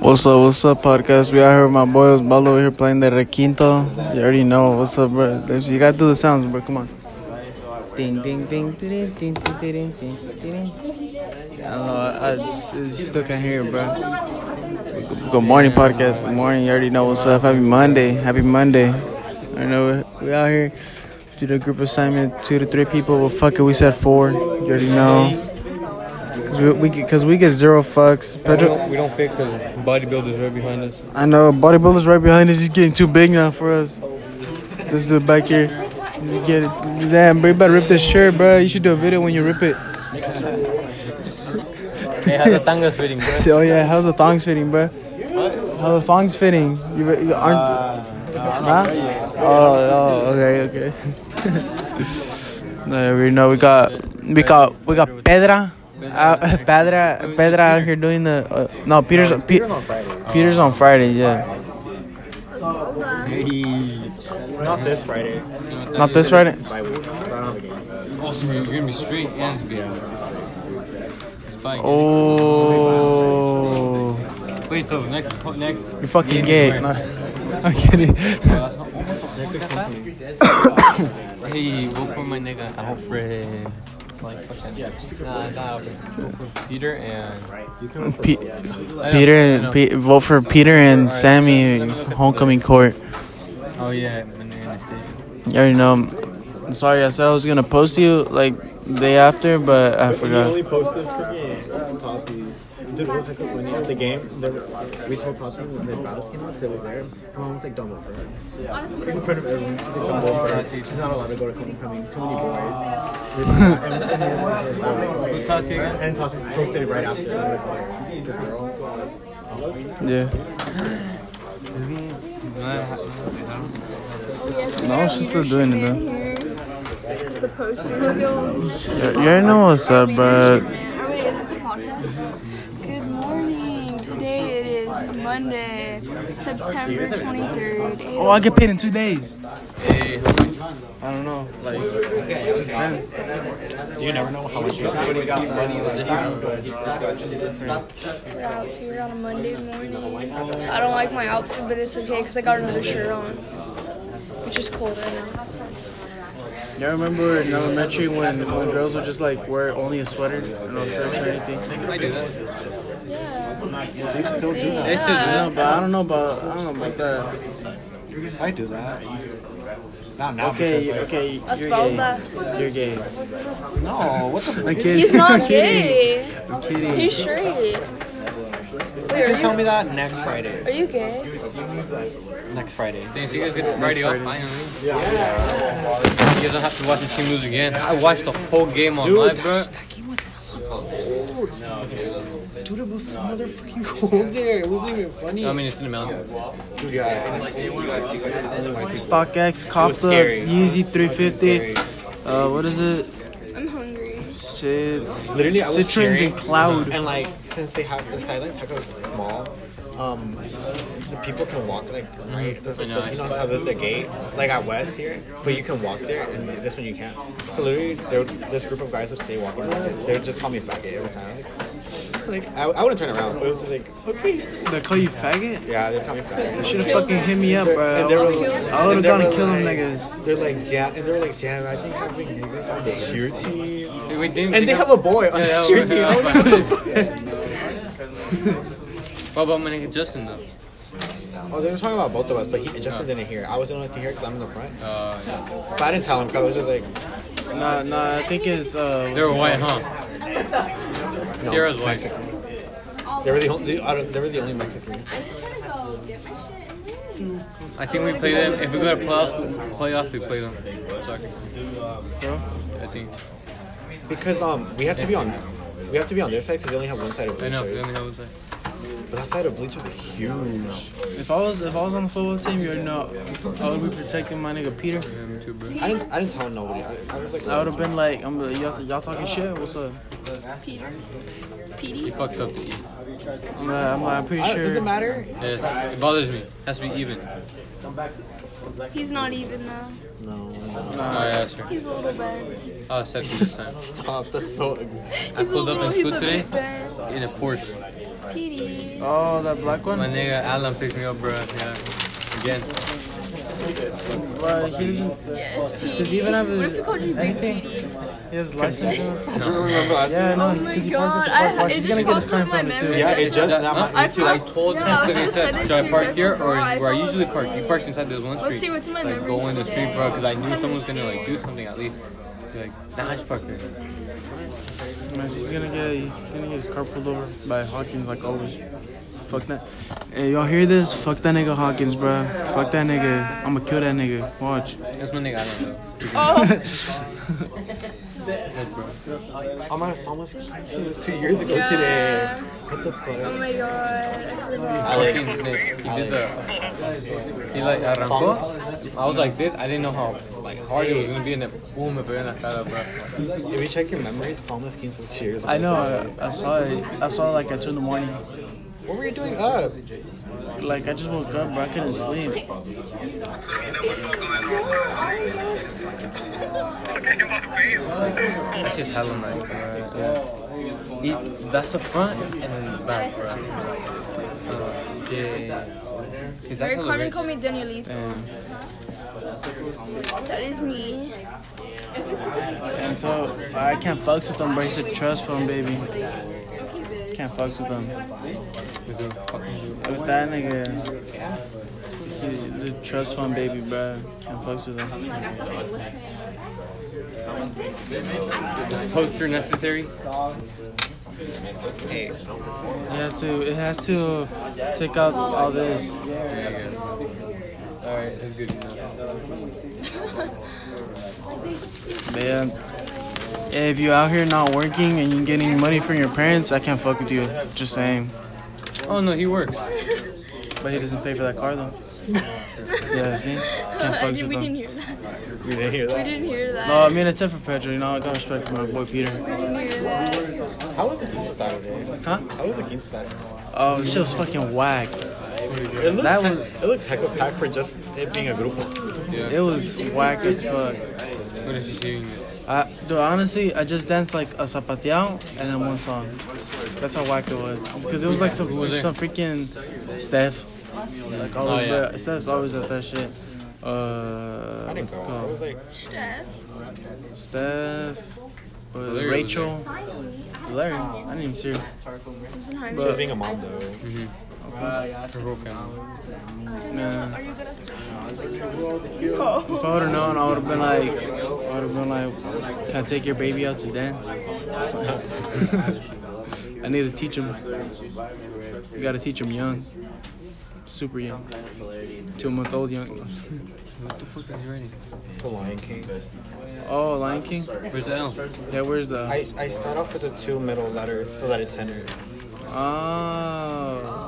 What's up, what's up, podcast? We out here with my boy Osvaldo over here playing the requinto. You already know. What's up, bro? You gotta do the sounds, bro. Come on. Ding, ding, ding, ding, ding, ding, ding, ding, ding. I don't know. I, I, it's, it's, you still can't hear it, bro. Good morning, podcast. Good morning. You already know what's up. Happy Monday. Happy Monday. I know we out here. Do the group assignment, two to three people. Well, fuck it. We said four. You already know. Cause we, we, get- cause we get zero fucks. We Pedro, don't, we don't fit because bodybuilders right behind us. I know bodybuilders right behind us. He's getting too big now for us. Let's do it back here. You get it. Damn, bro, you better rip this shirt, bro. You should do a video when you rip it. They have the tangas fitting, bro. Oh yeah, how's the thongs fitting, bro? How the thongs fitting? You, re- you aren't. Huh? Oh, oh, okay, okay. no, we know we got we got we got Pedra, uh, Pedra, Pedra out here doing the uh, no Peter's Pe- Peter's on Friday, yeah. Not this Friday. Not this Friday. Bye week. So I don't have a game. Also, you're gonna be straight and yeah. Oh, Wait, so next, next. you're fucking gay. No, I'm kidding. Hey, vote for my nigga Alfred. It's like, fuck that. Nah, nah, Alfred. Vote for Peter and Pe- Peter and Pe- vote for Peter and Sammy homecoming court. oh yeah, and then I say You already know. I'm sorry, I said I was gonna post you like day after, but I We only forgot. posted freaking Tati. Dude, it was like when you had the game, there, we told Tati when the ballots came out 'cause it was there. Her mom was like, don't vote for her. In front of everyone, she's like, don't vote for her. She's not allowed to go to homecoming. Too many boys. Talk to you again. and Tati posted it right after. This girl. Yeah. No, she's still doing it though. The poster is still. You already know what's up, Are but we- is it the podcast? Good morning. Today it is Monday, September 23rd. eight oh, I get paid in two days. I don't know. We're out here on a Monday morning. I don't like my outfit, but it's okay because I got another shirt on, which is cold right now. You remember in elementary when, when girls would just like wear only a sweater and no shirts or anything? Yeah. They still do that. Yeah. No, but I don't know about I don't know about that. I do that. Not now. Okay, okay, you're Us about gay. that. You're gay. No, what the I'm kidding. He's not I'm kidding. gay. I'm kidding. He's straight. Wait, are you, that next Friday. are you gay? Next Friday. Thanks, you guys get the Friday off finally. You guys don't have to watch the team lose again. I watched the whole game online, bro. Dude, it was so motherfucking cold there. It wasn't even funny. I mean, it's in the mountains. StockX, Costa, Yeezy 350. Uh, what is it? I'm hungry. Cit- Literally, I was Citrons cheering. and Cloud. And like, since they have the sidelines, how come it's small? Um, the people can walk like right. There's like I know, the, I you see. know how there's the gate like at West here, but you can walk there, and this one you can't. So literally, there, this group of guys would stay walking. around. They would just call me fat gay every time. Like, I, I wouldn't turn around. It was just like, okay, They call you faggot? yeah, they'd call me fat. They should have fucking hit me up, They're- and they were, bro. I and would've they gone and were killed them like- niggas. They're like, damn, and they're like, damn, imagine having niggas on the cheer team. Wait, didn't And they have a boy on Yeah, the cheer yeah, team. yeah. I was like, what the fuck? What about my nigga Justin though? Oh, they were talking about both of us, but he, Justin didn't hear. I was the only one who could hear because I'm in the front. Uh, But I didn't tell him because I was just like, Nah, nah, I think it's, uh, They were white, huh? no, Sierra's white. Mexican. They were the only, they, I don't- they were the only Mexican. I think we play them. If we go to playoffs, playoffs we play them. Soccer. I think. Because um, we have to be on, we have to be on their side because they only have one side of I know. Let bleachers. me know what's like. But that side of bleachers is huge. if I was, if I was on the football team, you already know, I would be protecting my nigga Peter. Them too, bro. I didn't, I didn't tell nobody. I, I was like, I would have been like, I'm like, y'all, y'all talking shit? What's up? Peter. He Petey. fucked up the E. I'm like, I'm, like, I'm pretty I don't- sure. does it matter? Yes, it bothers me. Has to be even. Oh, He's not even though. No. Oh, yeah, sure. He's a little bent. Oh, 70%. Stop. That's so. I pulled up in he's school a today bit bent. in a Porsche. Petey. Oh, that black My one? nigga Alan picked me up, bro. Yeah. Again. Well, he doesn't. Yes, Petey. Does he even have what if we his- called you Big anything? Petey? He has license. and- Remember last Yeah, I know. Oh he- my 'cause he parks at God, the I- car park. it He's just gonna get popped his up crime in my from it too. memory. Yeah, it just That- that huh? might me too. I told him, Yeah, I was I gonna say said, this should I too, park but here or I where fell I usually park? You asleep. parked inside this one Let's street. see what's in my like, go memories in the street, today. bro, because I knew I'm someone was gonna like do scared. something at least. Be like, nah, just park there. Man, he's gonna get he's gonna get his car pulled over by Hawkins like always. Fuck that. Hey, y'all hear this? Fuck that nigga Hawkins, bro. Fuck that nigga. I'ma kill that nigga. Watch. That's my nigga Alan. though. Oh, Good, bro. I'm at Sama's It was two years ago today. yeah. What the fuck? Oh my god. I forgot. Alex. He did the. He like arrancó. I was like this. I didn't know how like hard it was gonna be, and then boom, me pegó en la cara, bro. Did we check your memories? Sama's Kings was two years ago. I know. I, I saw it. I saw it like at two in the morning. What were you doing up? Like I just woke up, bro. I couldn't sleep. That's just hella nice, bro. Yeah. He- that's the front and then the back, bro. Oh, shit. Is that Eric hella Carmen rich? called me Daniel Lethal. That is me. And so I can't fuck with them, bro. It's a trust fund, baby. Can't fuck with them. With that nigga. The, the trust fund, baby, bro. Can't fuck with them. Poster necessary? It has to. It has to take out all this. Alright, that's good enough. But yeah, if you out here not working and you getting money from your parents, I can't fuck with you. Just saying. Oh no, he works. But he doesn't pay for that car though. yeah, see? Can't I fuck did- we with didn't them. hear that. We didn't hear We that. didn't hear that. No, I mean it's up for Pedro. You know, I got respect for my boy Peter. we didn't hear that. How was the Kings Saturday? Huh? How was the Kings Saturday? Oh, this shit was fucking whack. It looked, That he- was- it looked heck of packed for just it being a group. It was whack as fuck. What is she doing? I, dude, honestly, I just danced like a zapateado and then one song. That's how whack it was. Because it was like some Who was there? some freaking Steph. Like always, yeah. there- Steph's always at that shit. Uh, I didn't what's it go. I called? was like, Steph. Steph, uh, was there. Rachel, Larry. I didn't even see her. Wasn't Jaime. she was being a mom though. Nah. uh, If I would have known, I would have been like, I would have been like, can I take your baby out to dance? I need to teach him. You gotta teach him young, super young, two month old young. What the fuck is he writing? The Lion King. Oh, Lion King. Where's the L? Yeah, where's the? I, I start off with the two middle letters so that it's centered. Oh.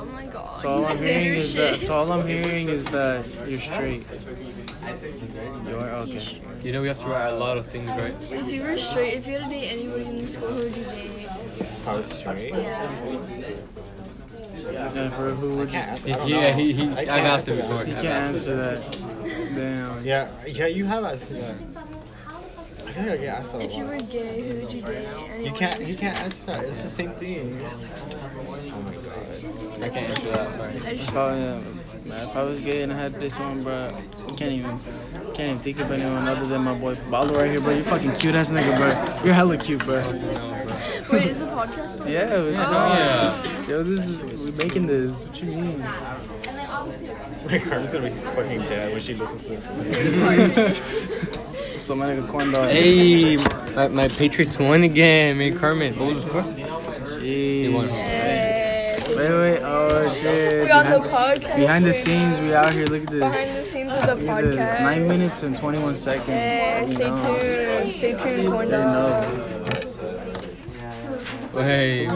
Oh my god. So all He's I'm a hearing is that. leadership. So all I'm hearing is that you're straight. You're okay. You know we have to write a lot of things, right? If you were straight, if you had to date anybody in the school, who would you date? I was straight. Yeah. Yeah, for who would I you? can't answer. I don't Yeah, know. he, he, I can't asked answer him before. that. You can't answer that. Damn. Yeah, yeah, you have asked me that. I think I get asked that a If you lot. were gay, who would you date? Anyone You in can't, the you can't answer that. It's the same thing. Oh my god. I can't answer that, sorry. If I, uh, man, if I was gay and I had this one, bro, I can't even, can't even think of anyone other than my boy Balo right here, bro. You fucking cute ass nigga, bro. You're hella cute, bro. school? Wait, is the podcast on? Yeah, what's up? Oh, Yeah. Yo, this is, we're making this. What you mean? My Carmen's gonna be fucking dead when she listens to this. So my nigga corn dog. Hey, my, my Patriots won again. Man, Carmen, what was the score? Hey. won. Hey, Wait, wait. Oh shit. We're on the Behind- podcast. Behind the right scenes, now. we out here. Look at Behind this. the scenes of the Look at this. Nine podcast. minutes and 21 seconds. Hey, stay No. tuned. Stay tuned, corn There you dog. know. Oh, hey. Oh.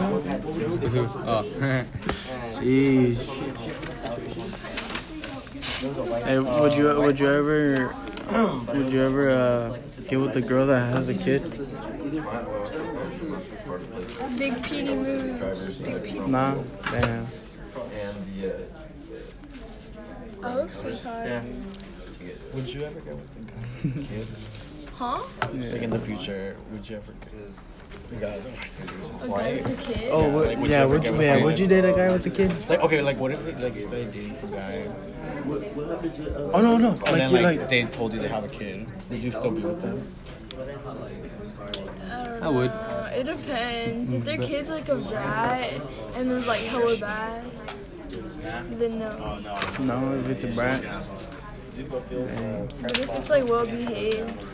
Jeez. Hey, would you would you ever would you ever uh, get with a girl that has a kid? Big Petey moves. Big Petey. Nah. Damn. I hope Oh, so, Todd. Would you ever go? Huh? Like in the future, would you ever go? You got it. A guy with a kid? Oh, what, like, yeah, whichever would, guy you- was yeah, saying would it. you date a guy with a kid? Like okay, like what if like you started dating some guy Oh no, no, and like then you like, like. they told you they have a kid? Would you still be with them? I, don't I would. know. Uh, It depends. If their kid's like a brat and there's like hella bad, then no. No, if it's a brat. But if it's like well behaved,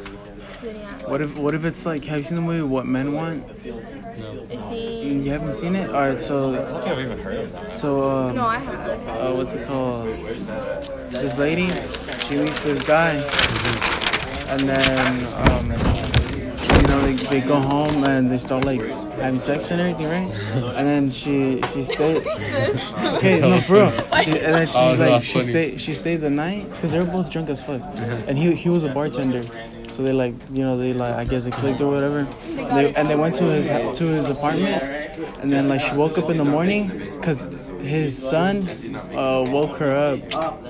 then yeah. What if what if it's like? Have you seen the movie What Men Want? Is he? You haven't seen it? All right, I so don't think I've even heard of that. so um. No, I have. uh, what's it called? This lady, she meets this guy, and then um, you know they, they go home and they start like having sex and everything, right? And then she she stayed. Okay, no, for real. She, and then she Oh, no, like that's she funny. stayed she stayed the night because they were both drunk as fuck, and he he was a bartender, so they like you know they like I guess they clicked or whatever, they, and they went to his to his apartment, and then like she woke up in the morning because his son uh, woke her up,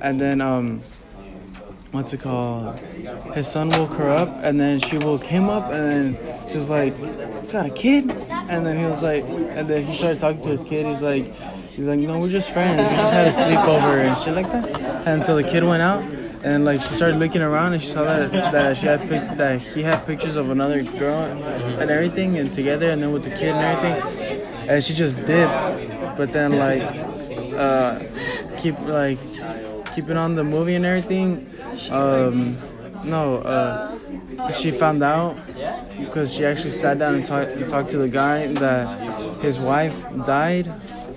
and then um. What's it called? His son woke her up, and then she woke him up, and then she was like, "Got a kid?" And then he was like, and then he started talking to his kid. He's like, he's like, "No, we're just friends. We just had a sleepover and shit like that." And so the kid went out, and like she started looking around, and she saw that that she had pic- that he had pictures of another girl and everything, and together, and then with the kid and everything, and she just dipped. But then like, uh, keep like keeping on the movie and everything. Um, no, uh, she found out because she actually sat down and, talk, and talked to the guy that his wife died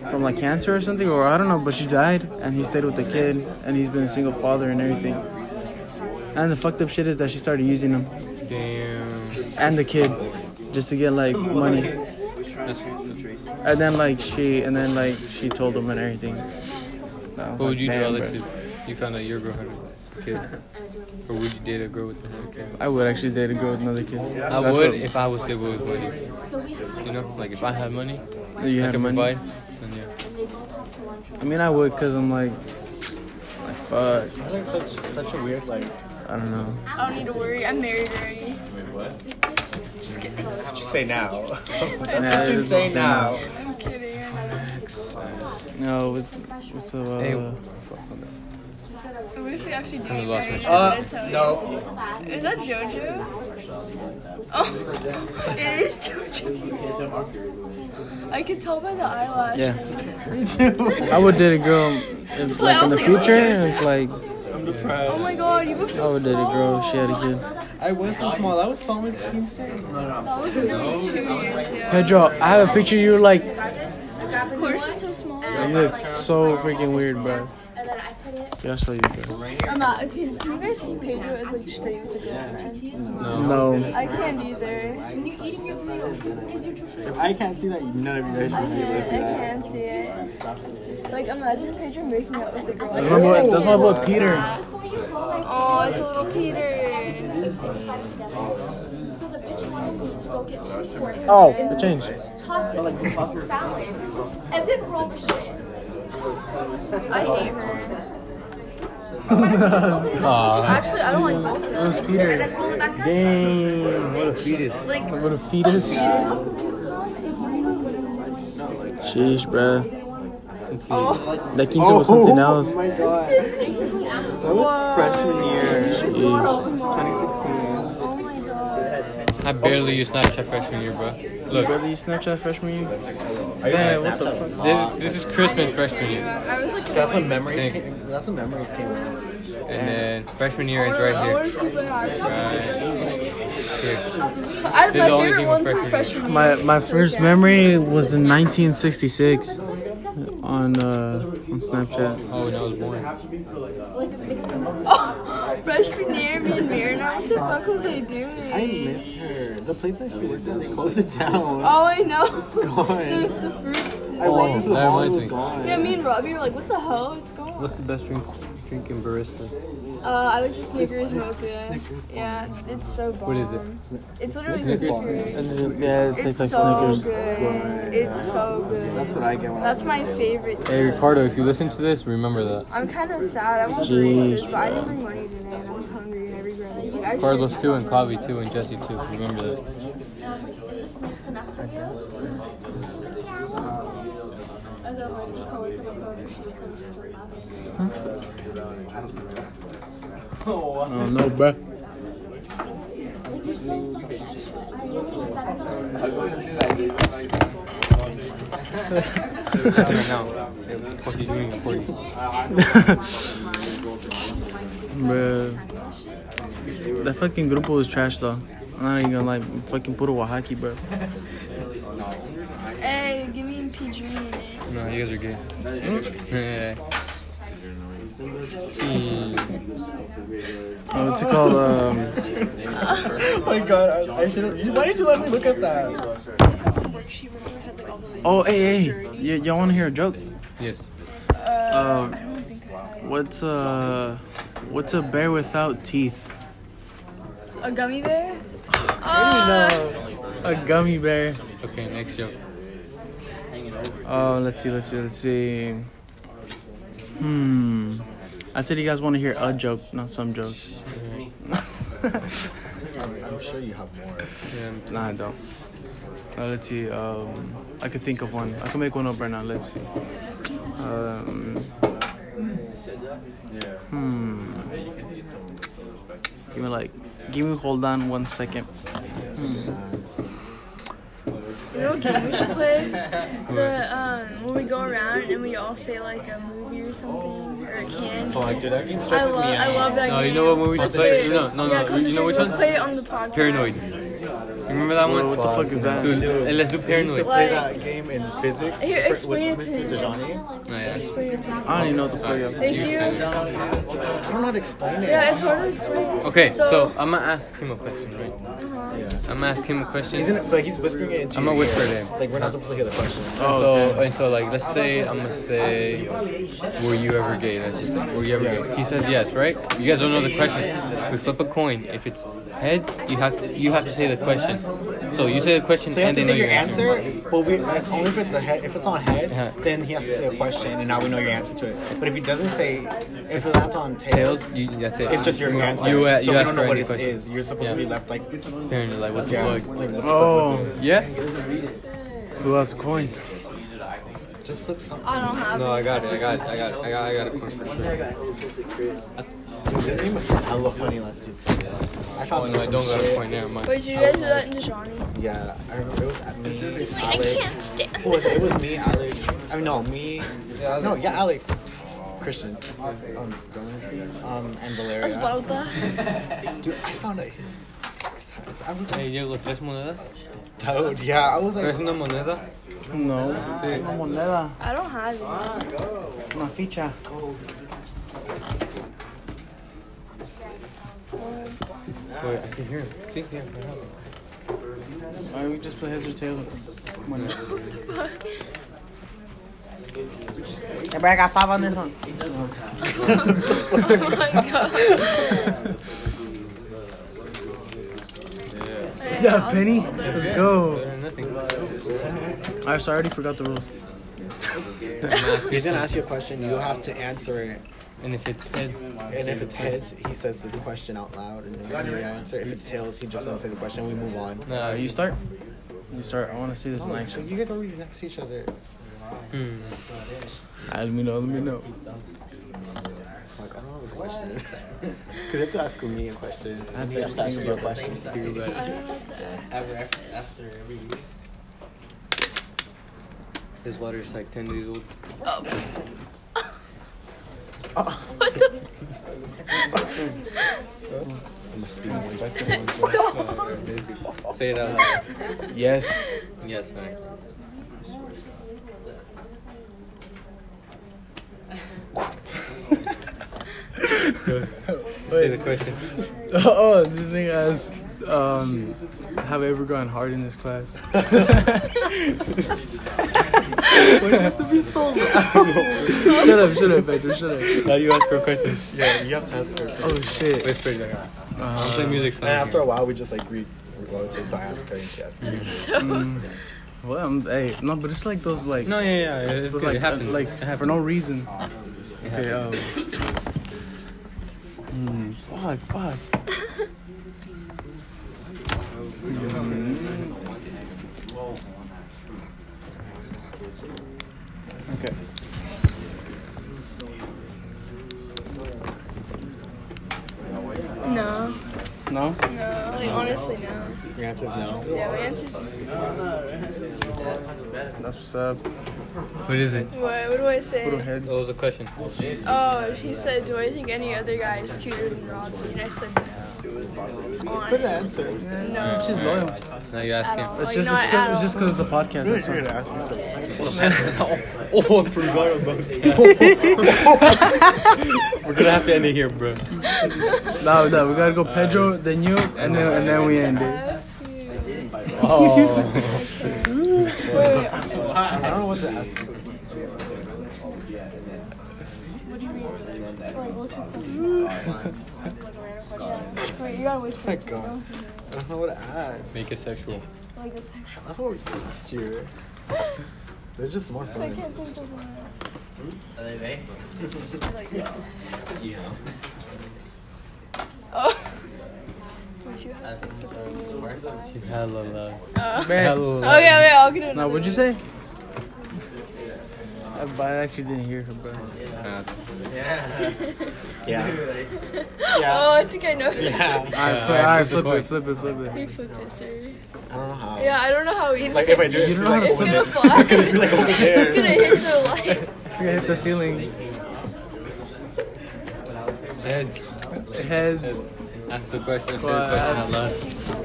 from like cancer or something, or I don't know, but she died and he stayed with the kid and he's been a single father and everything. And the fucked up shit is that she started using him Damn. and the kid just to get like money. That's the truth. And then like she and then like she told him and everything. I was What like, would you do, "Damn, Alex, bro." if you found out your girl had a kid? Or would you date a girl with another kid? I would actually date a girl with another kid. I That's would what- if I was stable with money. You know, like if I had money, You I had could money? provide. Then yeah. I mean, I would, cause I'm like, like fuck, I think such such a weird like I don't know. I don't need to worry. I'm married already. Just kidding. what you say now. Yeah, what you it's say awesome. now. I'm kidding. No, what's what's the uh, Hey, What if we actually do I get lost my Uh married? Did I tell you? no. Is that JoJo? Oh, it is JoJo. I could tell by the eyelash. yeah. I would date a girl if, like in the future, if like I'm Oh depressed. my god, you look so I would date a girl if she had a small. kid. I was so small. I was so almost insane. That was only two years ago. Pedro, I have a picture of you like Of course, she's so small. you look so freaking weird, bro. Yeah, I'll show you, bro. I'm not. Okay, do you guys see Pedro as like straight with a girlfriend? No, I can't either. I can't see that none of you guys should I can't see it. Like, imagine Pedro making out with a girl. that's my boy. That's my boy Peter. Oh, it's a little Peter. Oh, it changed. And then roll the shit. I hate her. Aw, Actually, I don't like both of them. It was Peter. Dang, what a fetus. What a fetus. Sheesh, bro. Oh, That quinto was something else. my god. That was freshman year. Sheesh. 2016. oh my god. I barely used Snapchat freshman year, bro. Look, Really, Snapchat freshman year? I used Damn, to what the Snapchat a lot. this, this is Christmas freshman year. I was like, That's annoyed. when memories Dang. came. That's when memories came. out. And then freshman year is I right want to see what happens. here. Right here. I, my This is the only favorite thing ones from were freshman year. My my first memory was in 1966 on uh, on Snapchat. Oh, when I was born. Oh, freshman year, me and Mariner, what the fuck was I doing? I miss her. The place that she worked at, they closed it down. oh, I know. gone. the, the fruit. I walked into the that hall and it was reminds gone. Yeah, me and Robbie were like, what the hell? It's gone. What's the best drink drinking baristas? Uh, I like the Snickers mocha. Snickers yeah, it's so bomb. What is it? It's literally Snickers bar. Snickers. Yeah, it It's tastes like so Snickers. good. It's so That's good. what I get when That's my favorite. Hey, Ricardo, if you listen to this, remember that. I'm kind of sad. I want Jeez, Reese's, but I didn't bring money today, and I'm hungry and every grandma. Like, I should- Carlos too, and Kavi too, and Jesse too. Remember that. I don't know, bro. now. What you doing for you? Bro. That fucking grupo was trash though. I'm not even gonna lie. Fucking puro Oaxaca, bro. Hey, give me PG. No, you guys are gay. Hmm? Yeah. Hmm. See, Oh, what's it called? Um, Oh my god, I, I should have. Why did you let me look at that? oh, hey, hey. Y- y'all wanna hear a joke? Yes. Uh, what's a what's a bear without teeth? A gummy bear? Uh, A gummy bear. Okay, next joke. Oh, let's see, let's see, let's see. Hmm. I said you guys want to hear a joke, not some jokes. I'm, I'm sure you have more. Um, nah, I don't. Uh, let's see. Um, I could think of one. I can make one up right now. Let's see. Um, hmm. Give me like, give me hold on one second. You know what game we should play? The um, when we go around and we all say like a movie or something or a candy. Oh, like, dude, that game I stresses love, me I out. love that No, game. you know what movie to play? Concentration. No, no, yeah, no. You know which concentration. Let's one? play it on the podcast. Paranoid. Remember that one? What the fuck is that? Dude, and let's do I used Paranoid. to play Like- that game in physics. Here, for- explain it with to Mr. him. Dejani. Oh, yeah. Explain it to me. I don't even know what the fuck. I'm- Thank you. I don't know how to explain it. Yeah, it's hard to explain. Okay, so, so I'm gonna ask him a question, right? I'm gonna ask him a question. Isn't it, like he's whispering it into I'm your gonna whisper ear. to him. Like we're not supposed to hear the question. And Oh, so, and so, like, let's say I'm gonna say, were you ever gay? That's just like, were you ever gay? He says yes, right? You guys don't know the question. We flip a coin. If it's heads, you have to, you have to say the question. So you say the question, So you have and they know to say your answer. answer, but we like, only if it's a head. If it's on heads, Yeah. then he has to say a question, and now we know your answer to it. But if he doesn't say, if that's on tails, Tails, you, that's it. it's just your You- answer. You, uh, so you we ask don't know for what any it question. is. You're supposed to be left like, Parent, like, what the yeah, like fuck? what the fuck Oh, was Yeah? who has a coin? this? Just flip something. I don't have. No, I got it. I got it. I got it. I got. I got it for sure. This game was hella funny last year. I Oh found no, I some don't got shit. a point. Never mind. Wait, did you guys do that in Dejani? Yeah, I remember it was at me. Alex. I can't stand. Who was it? It was me, Alex. I mean, no, me. No, yeah, Alex. Christian. Um, Gomez. Um, and Valeria. Esparta. Dude, I found out his. size. I was Hey, like, Diego, tres monedas. dude, yeah, I was Tres like, una moneda. No. I don't have it. Una ficha. Wait, I can hear him. See, yeah, I have it. Why don't we just play heads or tails? Come on. Hey, bro, I got five on this one. Oh my god. Yeah, Uh, penny. Let's go. Better than nothing. I sorry, I already forgot the rules. he's gonna ask you a question, you have to answer it. And if it's heads, And if it's heads, he says the question out loud and then you answer. If it's tails, he just doesn't say the question, we move on. nah, Uh, you you. start. You start. I want to see this in action. You guys are already next to each other. Hmm. Let me know. Let me know. Like, I don't have a question. Because you have to ask me a question. I have to ask you a question. His water's like 10 days old. I must be more respectful. Say it out loud. Yes. yes, alright. Say the question. Oh, this thing has. Um, have I ever gone hard in this class? Why do you have to be so loud? shut up! Shut up, Pedro! Shut up! Now you ask her a question. yeah, you have to ask her. Oh shit! Whisper it. Like, I'll play music. And after a while, we just like, we we go to, so I ask her and she asks me. Well, I'm, hey, no, but it's like those like. No, yeah, yeah. It's It was good. like, it happened. uh, like it for happened. no reason. Okay. Um, hmm, fuck, fuck. Hmm. Okay. No. No? No. Like, honestly, no. Your answer is no. Yeah, my answer's no. That's what's up. What is it? What, what do I Little say? heads. What was the question? Oh, he said, do I think any other guy is cuter than Robbie? And I said, no. It's Good honest. answer. No. She's loyal. Now you're At asking. all. It's Like, just, not it's, at it's just all. because the podcast. That's why. oh, I forgot about that. We're gonna have to end it here, bro. No, no, we gotta go Pedro, then you, and then and then we end it. Ask you. Oh. Wait, I don't know what to ask you. wait, you gotta wait for My it to God. I don't know what to ask. Make it sexual. like this. That's what we did last year. They're just more I fun. can't think of one. Oh. Would you have sex with anyone who's black? Hella love. Uh, Man. Hella love. Okay, wait, I'll get it. Now, what'd you say? I, Uh, but I actually didn't hear her, bro. Yeah. Oh, I think I know. Yeah. Alright, fl- I alright, flipped flip the it, flip it, flip it. You flipped it, sir. I don't know how. Yeah, I don't know how either. Like if I do it, You don't know like, how to it's flip gonna it. fly. you're like over it's gonna there. hit the light. It's gonna hit the ceiling. Heads. Heads. Ask the question. Say the question Well, out loud.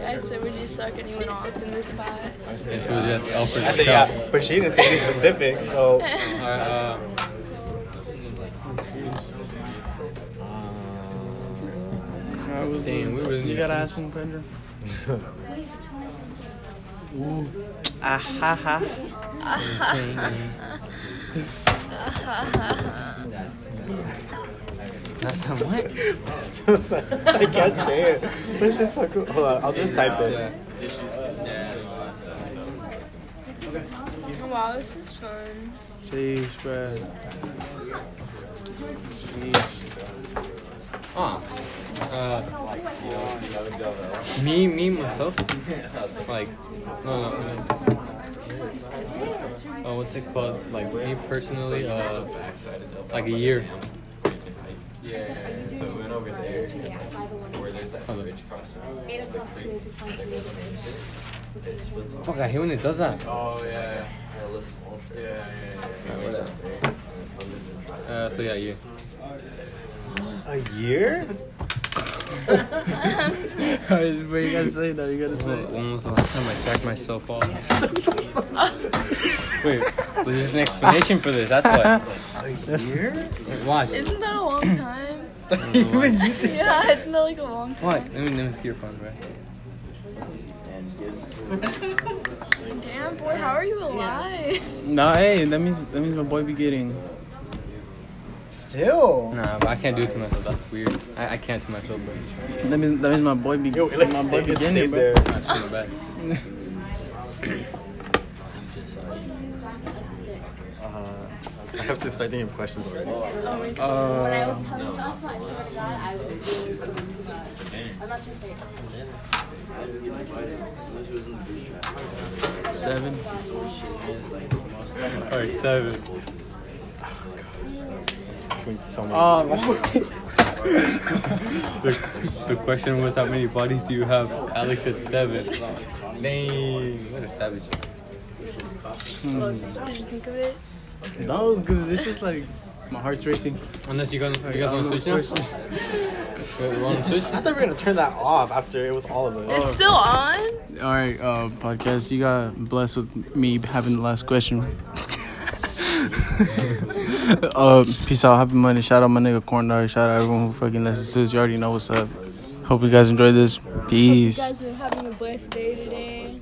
I said, would you suck anyone off in this class? And she was yes. Alfred. I said yeah, but she didn't say any specifics, so. All right, uh, damn, we was You gotta ask him, Pedro. Ooh. Ah ha ha. That's the what? I can't say it. That shit's so cool. Hold on, I'll just type it. Wow, this is fun. Jeez, bro. Jeez. Ah. Uh, me, me, myself? Like, no, no, no. Uh, what's it called? Like, me personally, uh, like a year. Hold on. Fuck, I hate when it does that. Oh yeah. Yeah, yeah, yeah. Uh, so yeah, you. A year? Alright, but you gotta say now, you gotta say. it. When was the last time I jacked myself off? Wait, but there's an explanation for this, that's why. A year? Wait, watch. Isn't that a long time? Even you think yeah, isn't that like a long time? What? Let me, let me see your phone, bro. Damn, boy, how are you alive? No, hey, that means that means my boy be getting. still? Nah, but I can't do it to myself. That's weird. I, I can't to myself, bro. That means that means my boy be. Yo, it like my stayed, it getting stayed bro. there. That's so bad. Uh, I have to start thinking of questions already. Uh, Seven. Alright, seven. Between so many. oh, The, the question was how many bodies do you have? Alex said seven. Dang, what a savage. Well, did you think of it? no, because it's just like my heart's racing. Unless you guys, you I guys don't want know to if switch now? question- Wait, we want to switch? I thought we were gonna turn that off after it was all of us. It's still on? All right, uh, podcast. You got blessed with me having the last question. uh, peace out, happy money. Shout out my nigga Corn Dog. Shout out everyone who fucking listens to this. You already know what's up. Hope you guys enjoyed this. You Peace. guys are having a blessed day today.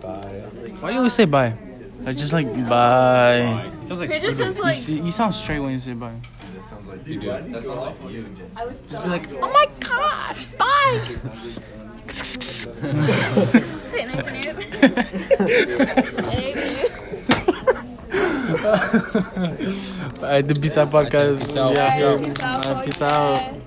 Bye. Why do you always say bye? Like just like bye. It sounds like Pedro says, You, like, see, you sound straight when you say bye. you do. That sounds like you just. Just be like, oh my gosh, bye! Say night to noob. Night to All right, the peace out podcast. Peace out. Yeah, noob. yeah. All right, Peace out. podcast.